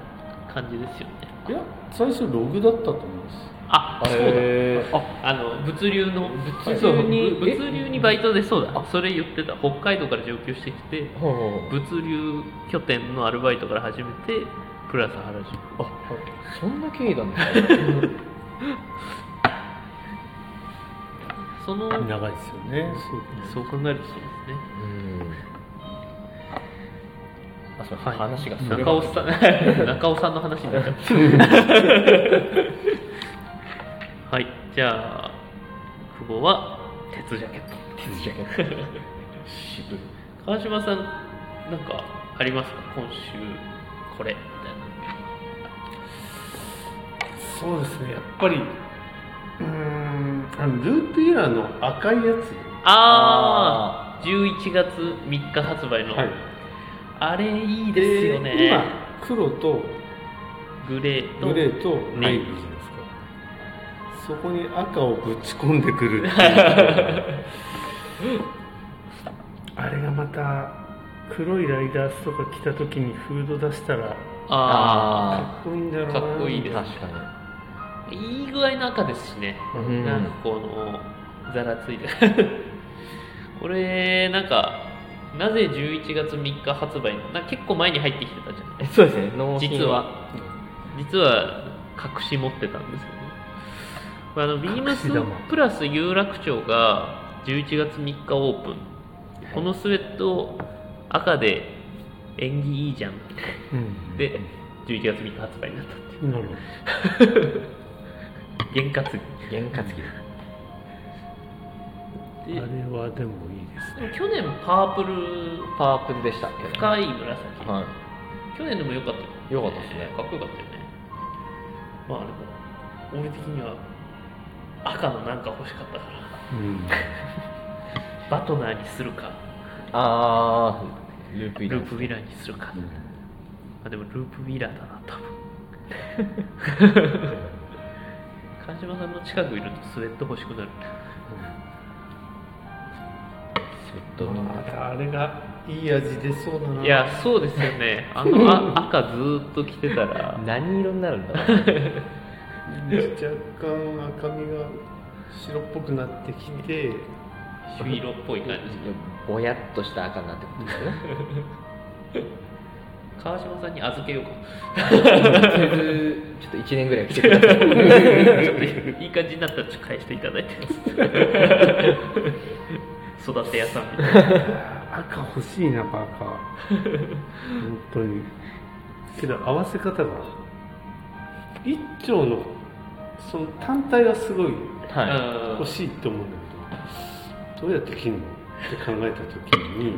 感じですよね
いや最初ログだったと思います
あそうだ
へーあ
あの物流の
流
そう
に
ぶ
え
物流にバイトでそうだそれ言ってた北海道から上京してきて
はいはいはい
物流拠点のアルバイトから始めてプラス原宿
あそんな経緯なんですか
その
長いですよね
そう考えるとそうですね
うんあすいません
はい
話がそれ
中尾さん中尾さんの話に なっちゃったはいじゃあ久保は鉄ジャケット
鉄ジャケット渋い
川島さんなんかありますか今週これみたいな
そうそうですねやっぱりうーんあのループイラーの赤いやつ
ああ11月3日発売の、
はい
あれいいですよね、
今黒と
グレーと
グレーと
ネ
ネ
イ
イ
ビ
ビ
ー
ーじゃないですかそこに赤をぶち込んでくるっていう あれがまた黒いライダースとか着た時にフード出したら
あ
かっこいいんだろうな
かっこいいです
確かに
あいい具合の赤ですしね、
うん
なんかこのざらついて これなんかなぜ11月3日発売のなんか結構前に入ってきてたじゃない
えそうですね納品
実は実は隠し持ってたんですよねこれあのビームス
玉
プラス有楽町が11月3日オープンこのスウェットを赤で縁起いいじゃん
うん
で11月3日発売になったって
なるほど
いう験担
原価付きです
ぎで
あれはでもいいですね
去年パープル
パープルでした
深い紫、
は
去年でも良かったよ
良かったですね
かっこよかったよねまあでも俺的には赤のなんか欲しかったから
うん
バトナーにするか
いあーループイ
ル
ラ
ープヴィラーにするか、あでもループヴィラーだな 多分川島さんの近くいるとスウェット欲しくなる
ちょっと
またあれがいい味出そうだない
やそうですよねあのあ赤ずーっと着てたら
何色になるんだろ う
若干赤みが白っぽくなってきて
朱色っぽい感じ
ぼやっとした赤になってくるんですよね
川島さんに預け ようか
ちょっと1年ぐらい来てください
ちょっといい感じになったらちょっと返していた だいて育て屋さんみたいな
赤欲しいなバカ本当にけど合わせ方が一丁のその単体がすごい
は
うん
欲しいって思うんだけどどうやって切るのって考えた時に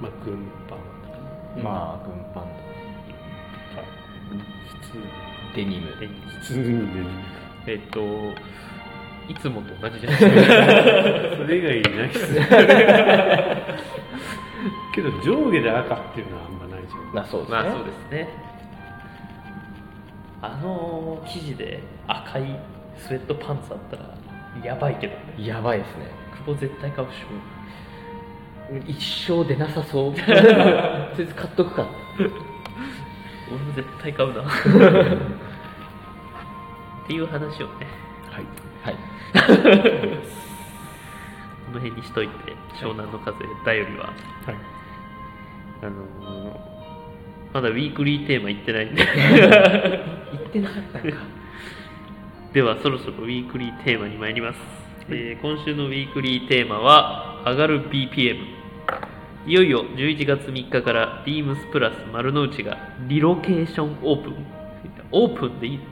まあ軍パンとか
いまあ軍パン
普通に
とデニム
え
普通にね
えっといつもと同じじゃないですか
それ以外ないっすねけど上下で赤っていうのはあんまないじゃん
まあそうですね、
まあそうですねあの生地で赤いスウェットパンツあったらやばいけどね
やばいですね
久保絶対買うしも
一生出なさ そうとりあえず買っとくか
俺も絶対買 うなっていう話をね
はい
はい
この辺にしといて湘南の風だよりは
はい
あのーまだウィークリーテーマ行って ないんで
言ってなかったんか
ではそろそろウィークリーテーマに参ります、えー今週のウィークリーテーマは「上がる BPM」いよいよ11月3日からビームスプラス丸の内がリロケーションオープンオープンでいいの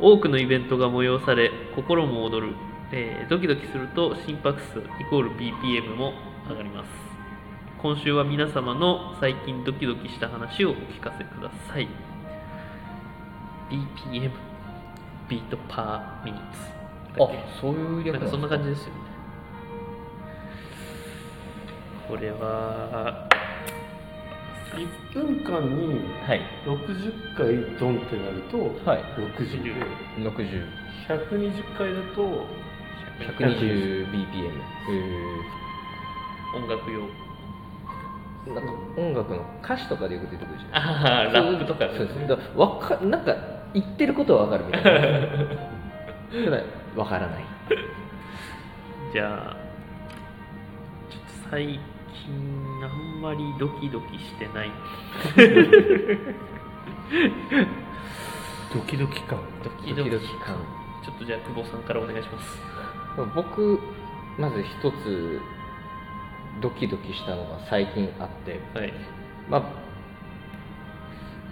多くのイベントが催され心も躍る、えードキドキすると心拍数イコール BPM も上がります今週は皆様の最近ドキドキした話をお聞かせください BPM ビートパーミニッツだっけ
あそういう略
なん
で
か
す
そんな感じですよねこれは
1分間に
はい
60回ドンってなると、
はい
60で
60
120回だと
120bpm
音楽用
なんか音楽の歌詞とかでよく出てくるじゃない
ああラップとかね
そうですだからわかなんか言ってることはわかるみたいなただわからない
じゃあちょっと最近あんまりドキドキしてない
ドキドキ感
ドキ
ド
ドキ
キドキ感
ちょっとじゃあ久保さんからお願いします
僕まず一つドキドキしたのが最近あって
はい
まあ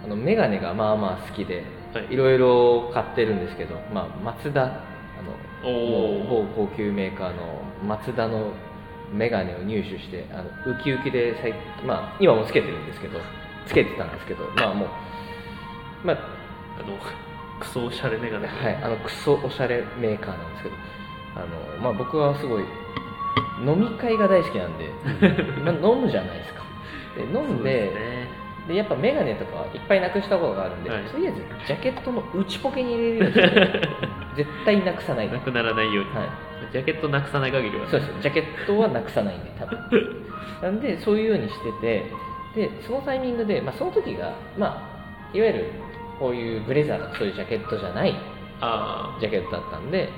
あの眼鏡がまあまあ好きで、
はい
いろいろ買ってるんですけど、まあ、松田あの
お
某
お
高級メーカーの松田のメガネを入手してあのウキウキで最近まあ今もつけてるんですけどつけてたんですけどまあもうまあ
あの クソおしゃれメガネ
はい、あのクソおしゃれメーカーなんですけどあの、まあ、僕はすごい飲み会が大好きなんで、まあ、飲むじゃないですかで飲んで
そうですね
でやっぱ眼鏡とかいっぱいなくしたことがあるんで、
はい
とりあえずジャケットの内ポケに入れるよう にして絶対なくさないで
な
はい
くならないように、ジャケットなくさない限りは
そうですジャケットはなくさないんで多分なんでそういうようにしててでそのタイミングで、まあ、その時が、まあ、いわゆるこういうブレザーとかそういうジャケットじゃない
あ
ジャケットだったんで、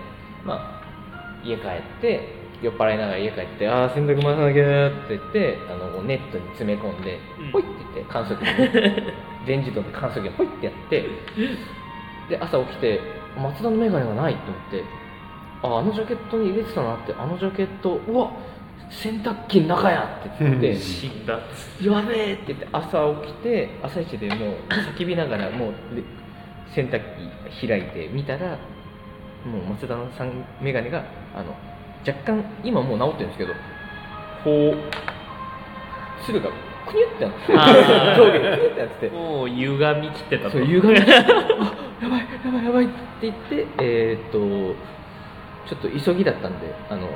まあ、家帰って酔っ払いながら家帰って「ああ洗濯回さなきゃ」って言ってあのこうネットに詰め込んで
うん
ポイって言って乾燥機に 全自動で乾燥機をポイってやってで朝起きて「松田の眼鏡がない」と思って「ああのジャケットに入れてたな」って「あのジャケットうわ洗濯機の中や」って言っ
う
て
ん
あ死んだ
やべえって言って朝起きて朝一でもう叫びながらもうで洗濯機開いて見たらもう松田さん眼鏡があの若干今もう治ってるんですけどこうつるがくにゅってなって
あー
上下くにゅってなってて
もう歪みきってたと
そう歪みあやばいやばいやばいって言ってえーっとちょっと急ぎだったんであの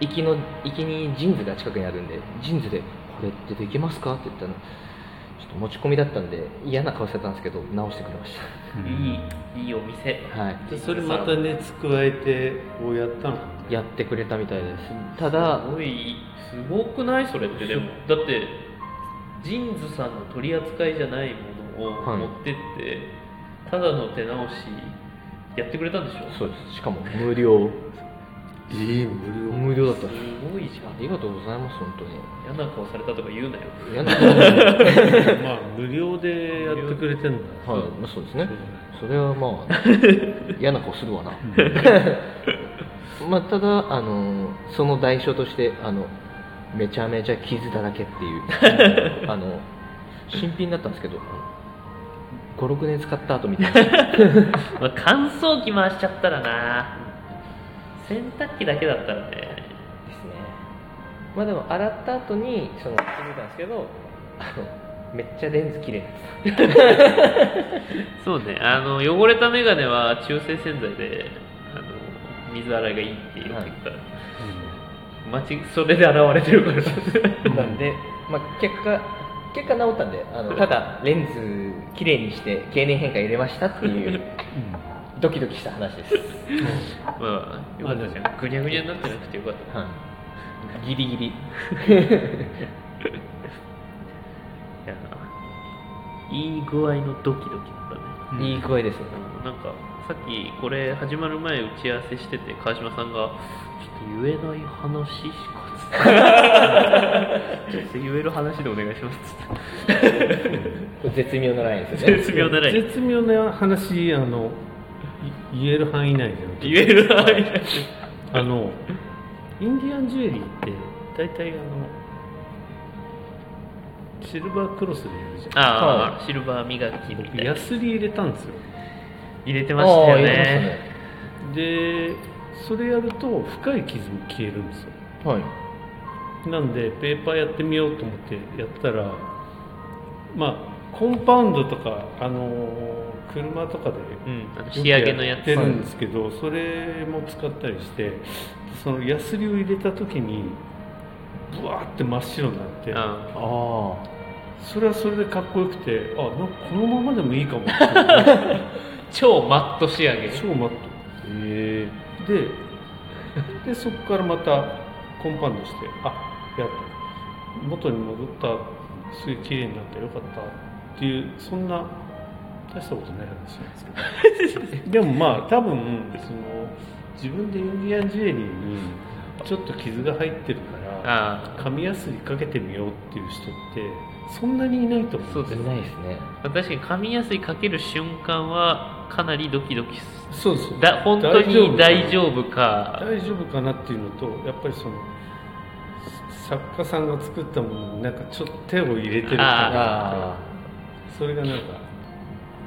行きの行きにジーンズが近くにあるんでジーンズで「これってできますか?」って言ったのちょっと持ち込みだったんで嫌な顔してたんですけど直してくれまし
いいいいお店
たはい
でそれまた熱加えてこうやったの
やってくれたみたいですただ
すごいすごくないそれってでもだってジーンズさんの取り扱いじゃないものを
はい
持ってって、ただの手直しやってくれたんでしょ
そうですしかも無料
いい無料
無料だったんです
すごいじゃ
あ
ん
りがとうございます本当に
嫌な顔されたとか言うなよ
嫌なことない
まあ無料でやってくれてんだ
はいまあそうですね
そう
それはまあ嫌な顔するわな
だね
まあ、ただあのその代償としてあのめちゃめちゃ傷だらけって いうあの新品だったんですけど56年使った後みた いな
まあ乾燥機回しちゃったらな洗濯機だけだったらね
ですねまあでも洗った 後にその気づいたんですけどあのめっちゃレンズ綺麗だった
そうねあの汚れた眼鏡は中性洗剤であの水洗いがいいって言ってた、間違それで現れて るから
なんで、まあ、結果結果治ったんであのただレンズ綺麗にして経年変化入れましたって いうドキドキした話です、
まあよかったじゃんぐにゃぐにゃになってなくてよかった
はい、ギリギリ
いやいい具合のドキドキだったね
うん
いい声ですね
なんかさっきこれ始まる前打ち合わせしてて川島さんが「ちょっと言えない話しか」 つってちょっと言える話でお願いします」つって
これ絶妙なラインですよね
絶妙なライン
絶妙な話あのい言える範囲内じゃなくて
言える範囲内
あのインディアンジュエリーって大体あのシルバークロスでやるじゃん
ああシルバー磨きみ
僕
たい
ヤ
な
スリ入れたんですよ
入れてましたよね
でそれやると深い傷も消えるんですよ
はい
なんでペーパーやってみようと思ってやったらまあコンパウンドとかあの車とかで
うんあの仕上げのや
っ
つ
てるんですけど、それも使ったりしてそのヤスリを入れた時にブワーって真っ白になって
あ
ああ
それはそれでかっこよくてあなんかこのままでもいいかも
あ超マット仕上 げ
超マットへえでそこからまたコンパウンドしてあやった元に戻ったすげえ綺麗になったよかったっていうそんな大したことない話なんですけどでもまあ多分その自分でインディアンジュエリーにちょっと傷が入ってるから
ああ
紙やすりかけてみようっていう人ってそんなにいないと思うんで
そうで
すよ
す
いないですね
確かに紙やすりかける瞬間はかなりドキドキす
そうそう
だ本当に大丈夫か
大丈夫かなっていうのとやっぱりその作家さんが作ったものになんかちょっと手を入れてる
あ
感じそれがなんか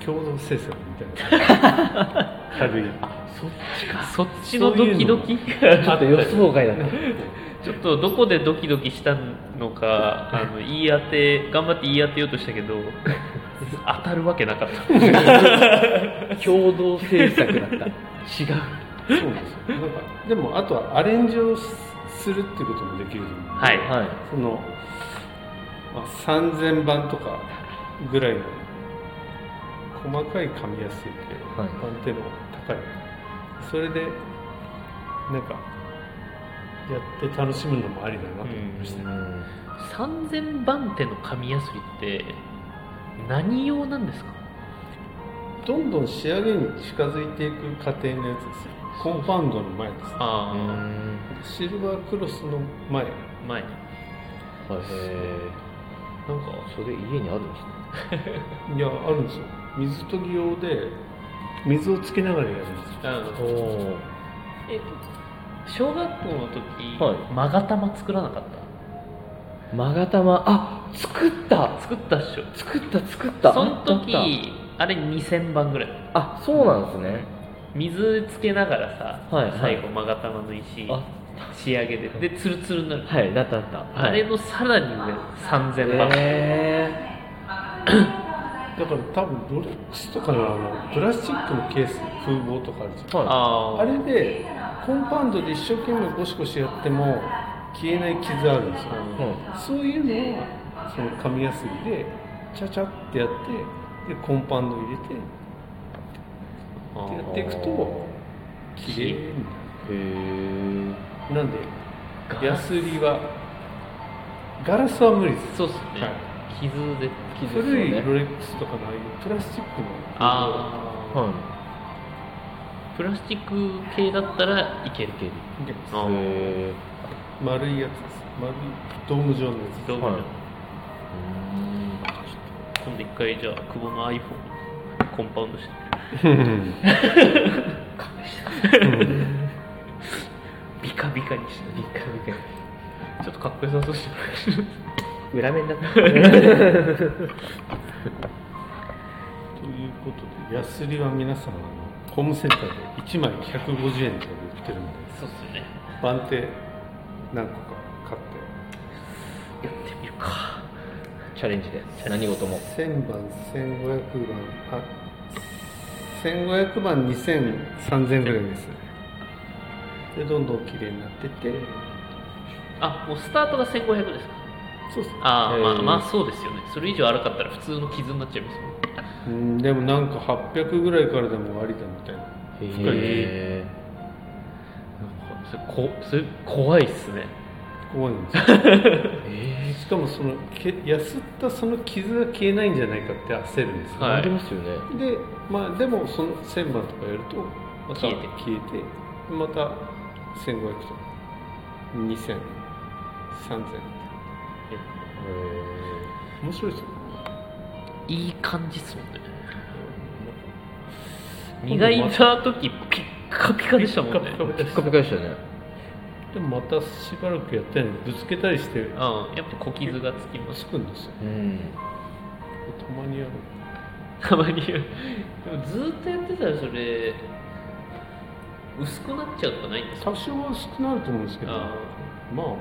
共同制作みた いな軽い
そっちかそっちのドキドキ
ちょっと予想外だった
ちょっとどこでドキドキしたのかあの言い当て頑張って言い当てようとしたけど当たるわけなかった
共同制作だった違う
そうなんですよなんかでもあとはアレンジをしするっていうこともできると思う
はい
はい
その、まあ、3000番とかぐらいの細かい噛みやすいで
はい
安定度が高いそれでなんかやって楽しむのもありだなと思いました、
うん
3000番手の紙やすりって何用なんですか
どんどん仕上げに近づいていく過程のやつですよコンパウンドの前ですね
ああ、
シルバークロスの前
前に
はいへ
なんか
ーそれ家にあるんですね
いやあるんですよ水研ぎ用で水をつけながらやるんですよ
あの
お
え小学校の時、
は
まがたま作らなかっ
まがたまあ作ったた
作ったっしょ
作った作った
その
あったあっ
時あれ2000番ぐらい
たあそうなんですね
水つけながらさ、
はいはい
最後まがたまの石
あ
仕上げてでツルツルになる、
はいなったなったはい
あれのさらにね3000番、
へ
だから多分ロレックスとかのあのプラスチックのケース風貌とかあるじゃ
ーは
ん
い
あー
あれでコンパウンドで一生懸命ゴシゴシやっても消えない傷あるんですよ、
うん
そういうのはその紙やすりでちゃちゃってやってでコンパウンド入れて
あー
やっていくと綺麗に
へえ
なるなんで
ガラ
やすりはガラスは無理です
そうっすね、
はい
傷で
傷ですよ
古い
ね
ロレックスとかのああいうプラスチックの
ああ、
は
プラスチック系だったらいけるけど
いけます
あ
いへー
丸いやつです丸いドーム状のやつ
どう
はい
も今度一回じゃあ久保の iPhone コンパウンドしてビカビカにして
ビカビカ
ちょっとかっこよさそうしてる
裏面 だった
ということでヤスリは皆さんあのホームセンターで1枚150円とかで売ってるので
そうっすね
番手何個か買って
やってみるか
チャレンジで何事も
1000番1500番あ1500番20003000ぐらいですでどんどん綺麗になってって
あもうスタートが1500ですか
そうっすね
ああ、
えー
まあまあそうですよねそれ以上荒かったら普通の傷になっちゃいますもん
うんでもなんか800ぐらいからでもありだみたいな
へえ
なんかそれこそれ怖いっすね
怖いんですよしかもそのけやすったその傷が消えないんじゃないかって焦るんですよ、
はい
ありますよね
でまあでもその1000番とかやるとまた
消えて
消えてまた1500とか20003000面白いですよ
いい感じっすもんね磨いた時ピッカピカでしたもんね
ピッカピカ
ピッカピカでしたね
でもまたしばらくやってないのぶつけたりして
うんやっぱ小傷がつきます
つくんですよ
うん
たまにやる
たまにでもずっとやってたらそれ薄くなっちゃうとかないんですか
多少は少なると思うんですけど
あ
まあまあ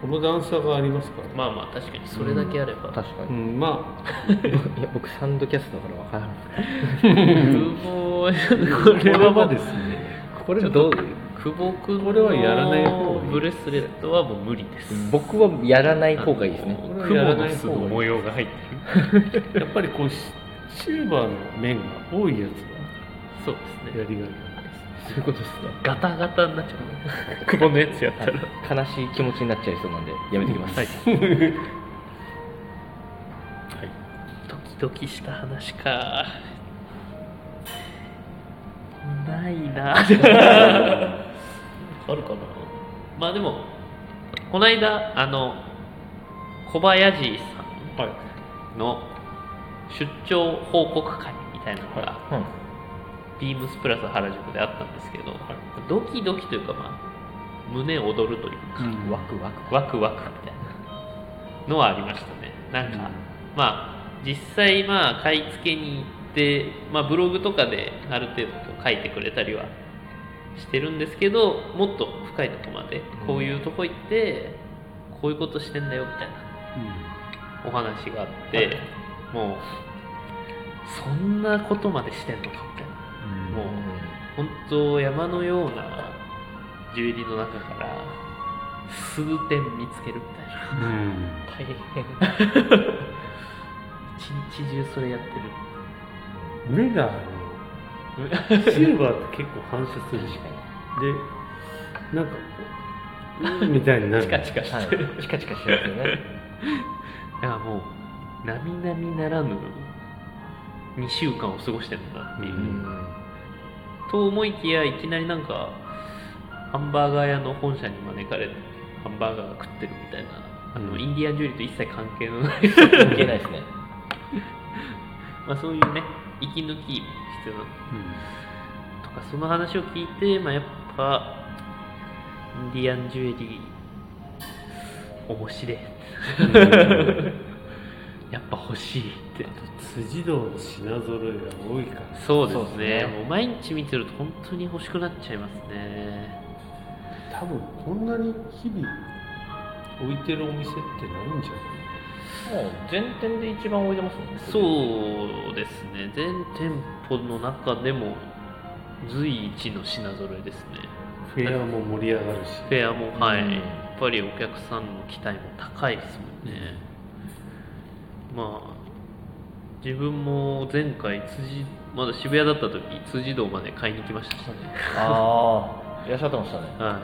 この段差がありますから、
ーまあまあ確かにそれだけあれば、
確か
う
に
んまあ
いや僕サンドキャストだから分からん
久保これはもう
すね
これどう
久保君
これはやらない方がい
の
い
ブレスレットはもう無理です
僕はやらない方がいいですね
あ
これ
の
はや
雲
らな
の
い
巣
方がいい
の模様が入って
やっぱりこうシシルバーの面が多いやつ
るそうですね
がやりがいが
そういうことですね
ガタガタになっちゃう久保のやつやったら
悲しい気持ちになっちゃいそうなんでやめてきます、
はい
はい
ドキドキした話かない なあるかなまあでもこの間あの小林さ
はい
んの出張報告会みたいなのが、
は
うん
ビームスプラス原宿であったんですけど、ドキドキというかまあ胸躍るというか、
うん
ワクワク
ワクワクみたいなのはありましたねなんか、
うん
まあ実際まあ買い付けに行って、まあ、ブログとかである程度こう書いてくれたりはしてるんですけどもっと深いとこまで
うん
こういうとこ行って、こういうことしてんだよみたいなお話があって、もうそんなことまでしてんのかみたいなもう本当山のようなジュエリーの中から 数点見つけるみたいな
うん
大変
ち地中それやってる
目があのシルバーって結構反射するじゃんでなんかこううんみたいになる
チカチカ
は
してる、
い、チカチカしてますよね
だからもうなみなみならぬ2週間を過ごしてるんだなっていう、
うん
と思いきやいきなりなんかハンバーガー屋の本社に招かれてハンバーガー食ってるみたいなあの、
うん
インディアンジュリーと一切関係の ない
いけないですね
まあそういうね息抜き必要なとかその話を聞いて、まあ、やっぱインディアンジュエリー面白いやっぱ欲しいって
辻堂の品揃えが多いから
そうですね
そうですね
もう毎日見てると本当に欲しくなっちゃいますね
多分こんなに日々置いてるお店ってないんじゃ
もう全店で一番置いてますもんね
そうですね全店舗の中でも随一の品揃えですね
ないフェアも盛り上がるし
フ ェアもはい、
うん
やっぱりお客さんの期待も高いですもんね、まあ自分も前回辻まだ渋谷だった時辻堂まで買いに来ましたしね
ああいらっしゃってましたね
はい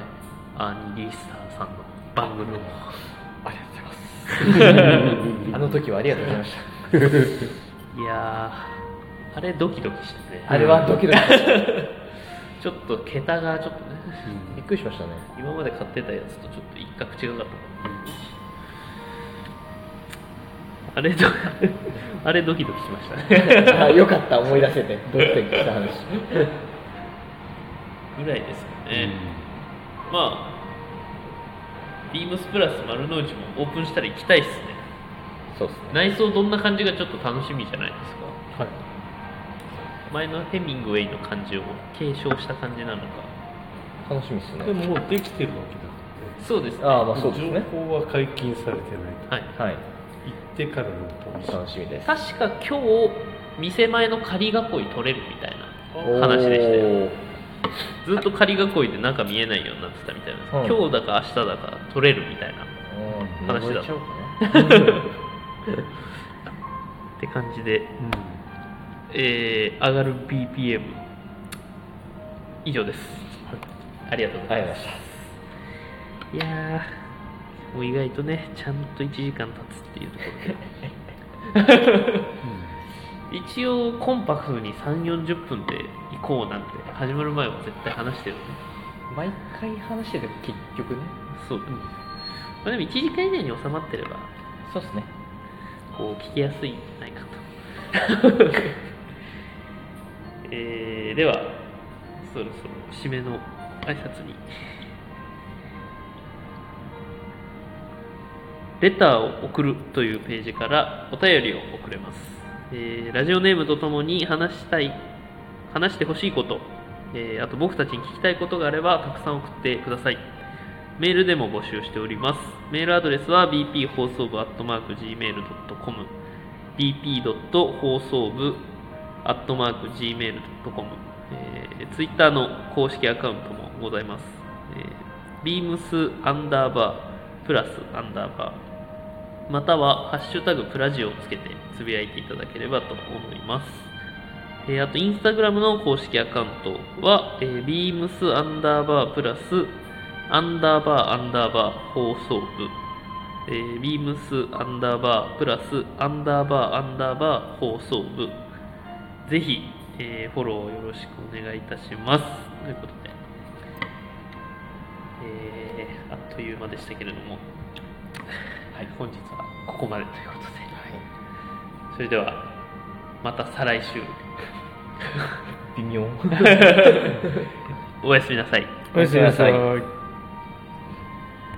アーニー・リースターさんの番組を
ありがとうございますあの時はありがとうございました
いやーあれドキドキしたね
あれはドキドキしました
ちょっと桁がちょっとね
うん
びっくりしましたね
今まで買ってたやつとちょっと一角違かったあれど あれドキドキしましたね
あよかった思い出せてドキドキした話
ぐらいですかね、まあビームスプラス丸の内もオープンしたら行きたいっすね
そうですね
内装どんな感じがちょっと楽しみじゃないですか
はい
前のヘミングウェイの感じを継承した感じなのか
楽しみですね
でももうできてるわけだ
そうですね
ああま
か
あ
ら
そうですね
情報は解禁されてない
はい
はい
行ってからの楽し
楽しみです
確か今日店前の仮囲い取れるみたいな話でしたよ
おー
ずっと仮囲いで中見えないようになってたみたいな、
うん
今日だか明日だか取れるみたいなっ
うん
話だ
登れちゃおう
て感じで、
み、
えー上がる BPM 以上です、ありがとうご
かな
ざい
あり
ま
がとうございました
すいやーもう意外とねちゃんと1時間経つっていうところで一応コンパクトに3 4 0分で行こうなんて始まる前は絶対話してるね
毎回話してて結局ね
そうだね、まあ、でも1時間以内に収まってれば
そうですね
こう聞きやすいんじゃないかと えーではそろそろ締めの挨拶にレターを送るというページからお便りを送れます、えーラジオネームとともに話したい話してほしいこと、えーあと僕たちに聞きたいことがあればたくさん送ってくださいメールでも募集しておりますメールアドレスは bp 放送部 .gmail.com bp. 放送部 .gmail.com、えー、ツイッターの公式アカウントもございます、えー、beams アンダーバープラスアンダーバーまたは「ハッシュタグプラジオ」をつけてつぶやいていただければと思います、えーあとインスタグラムの公式アカウントは、えー、beams アンダーバープラスアンダーバーアンダーバー放送部、えー、beams アンダーバープラスアンダーバーアンダーバー放送部ぜひ、えーフォローよろしくお願いいたしますということで、えーあっという間でしたけれどもはい、本日はここまでということで、それではまた再来週
微妙
おやすみなさい。
おやすみなさい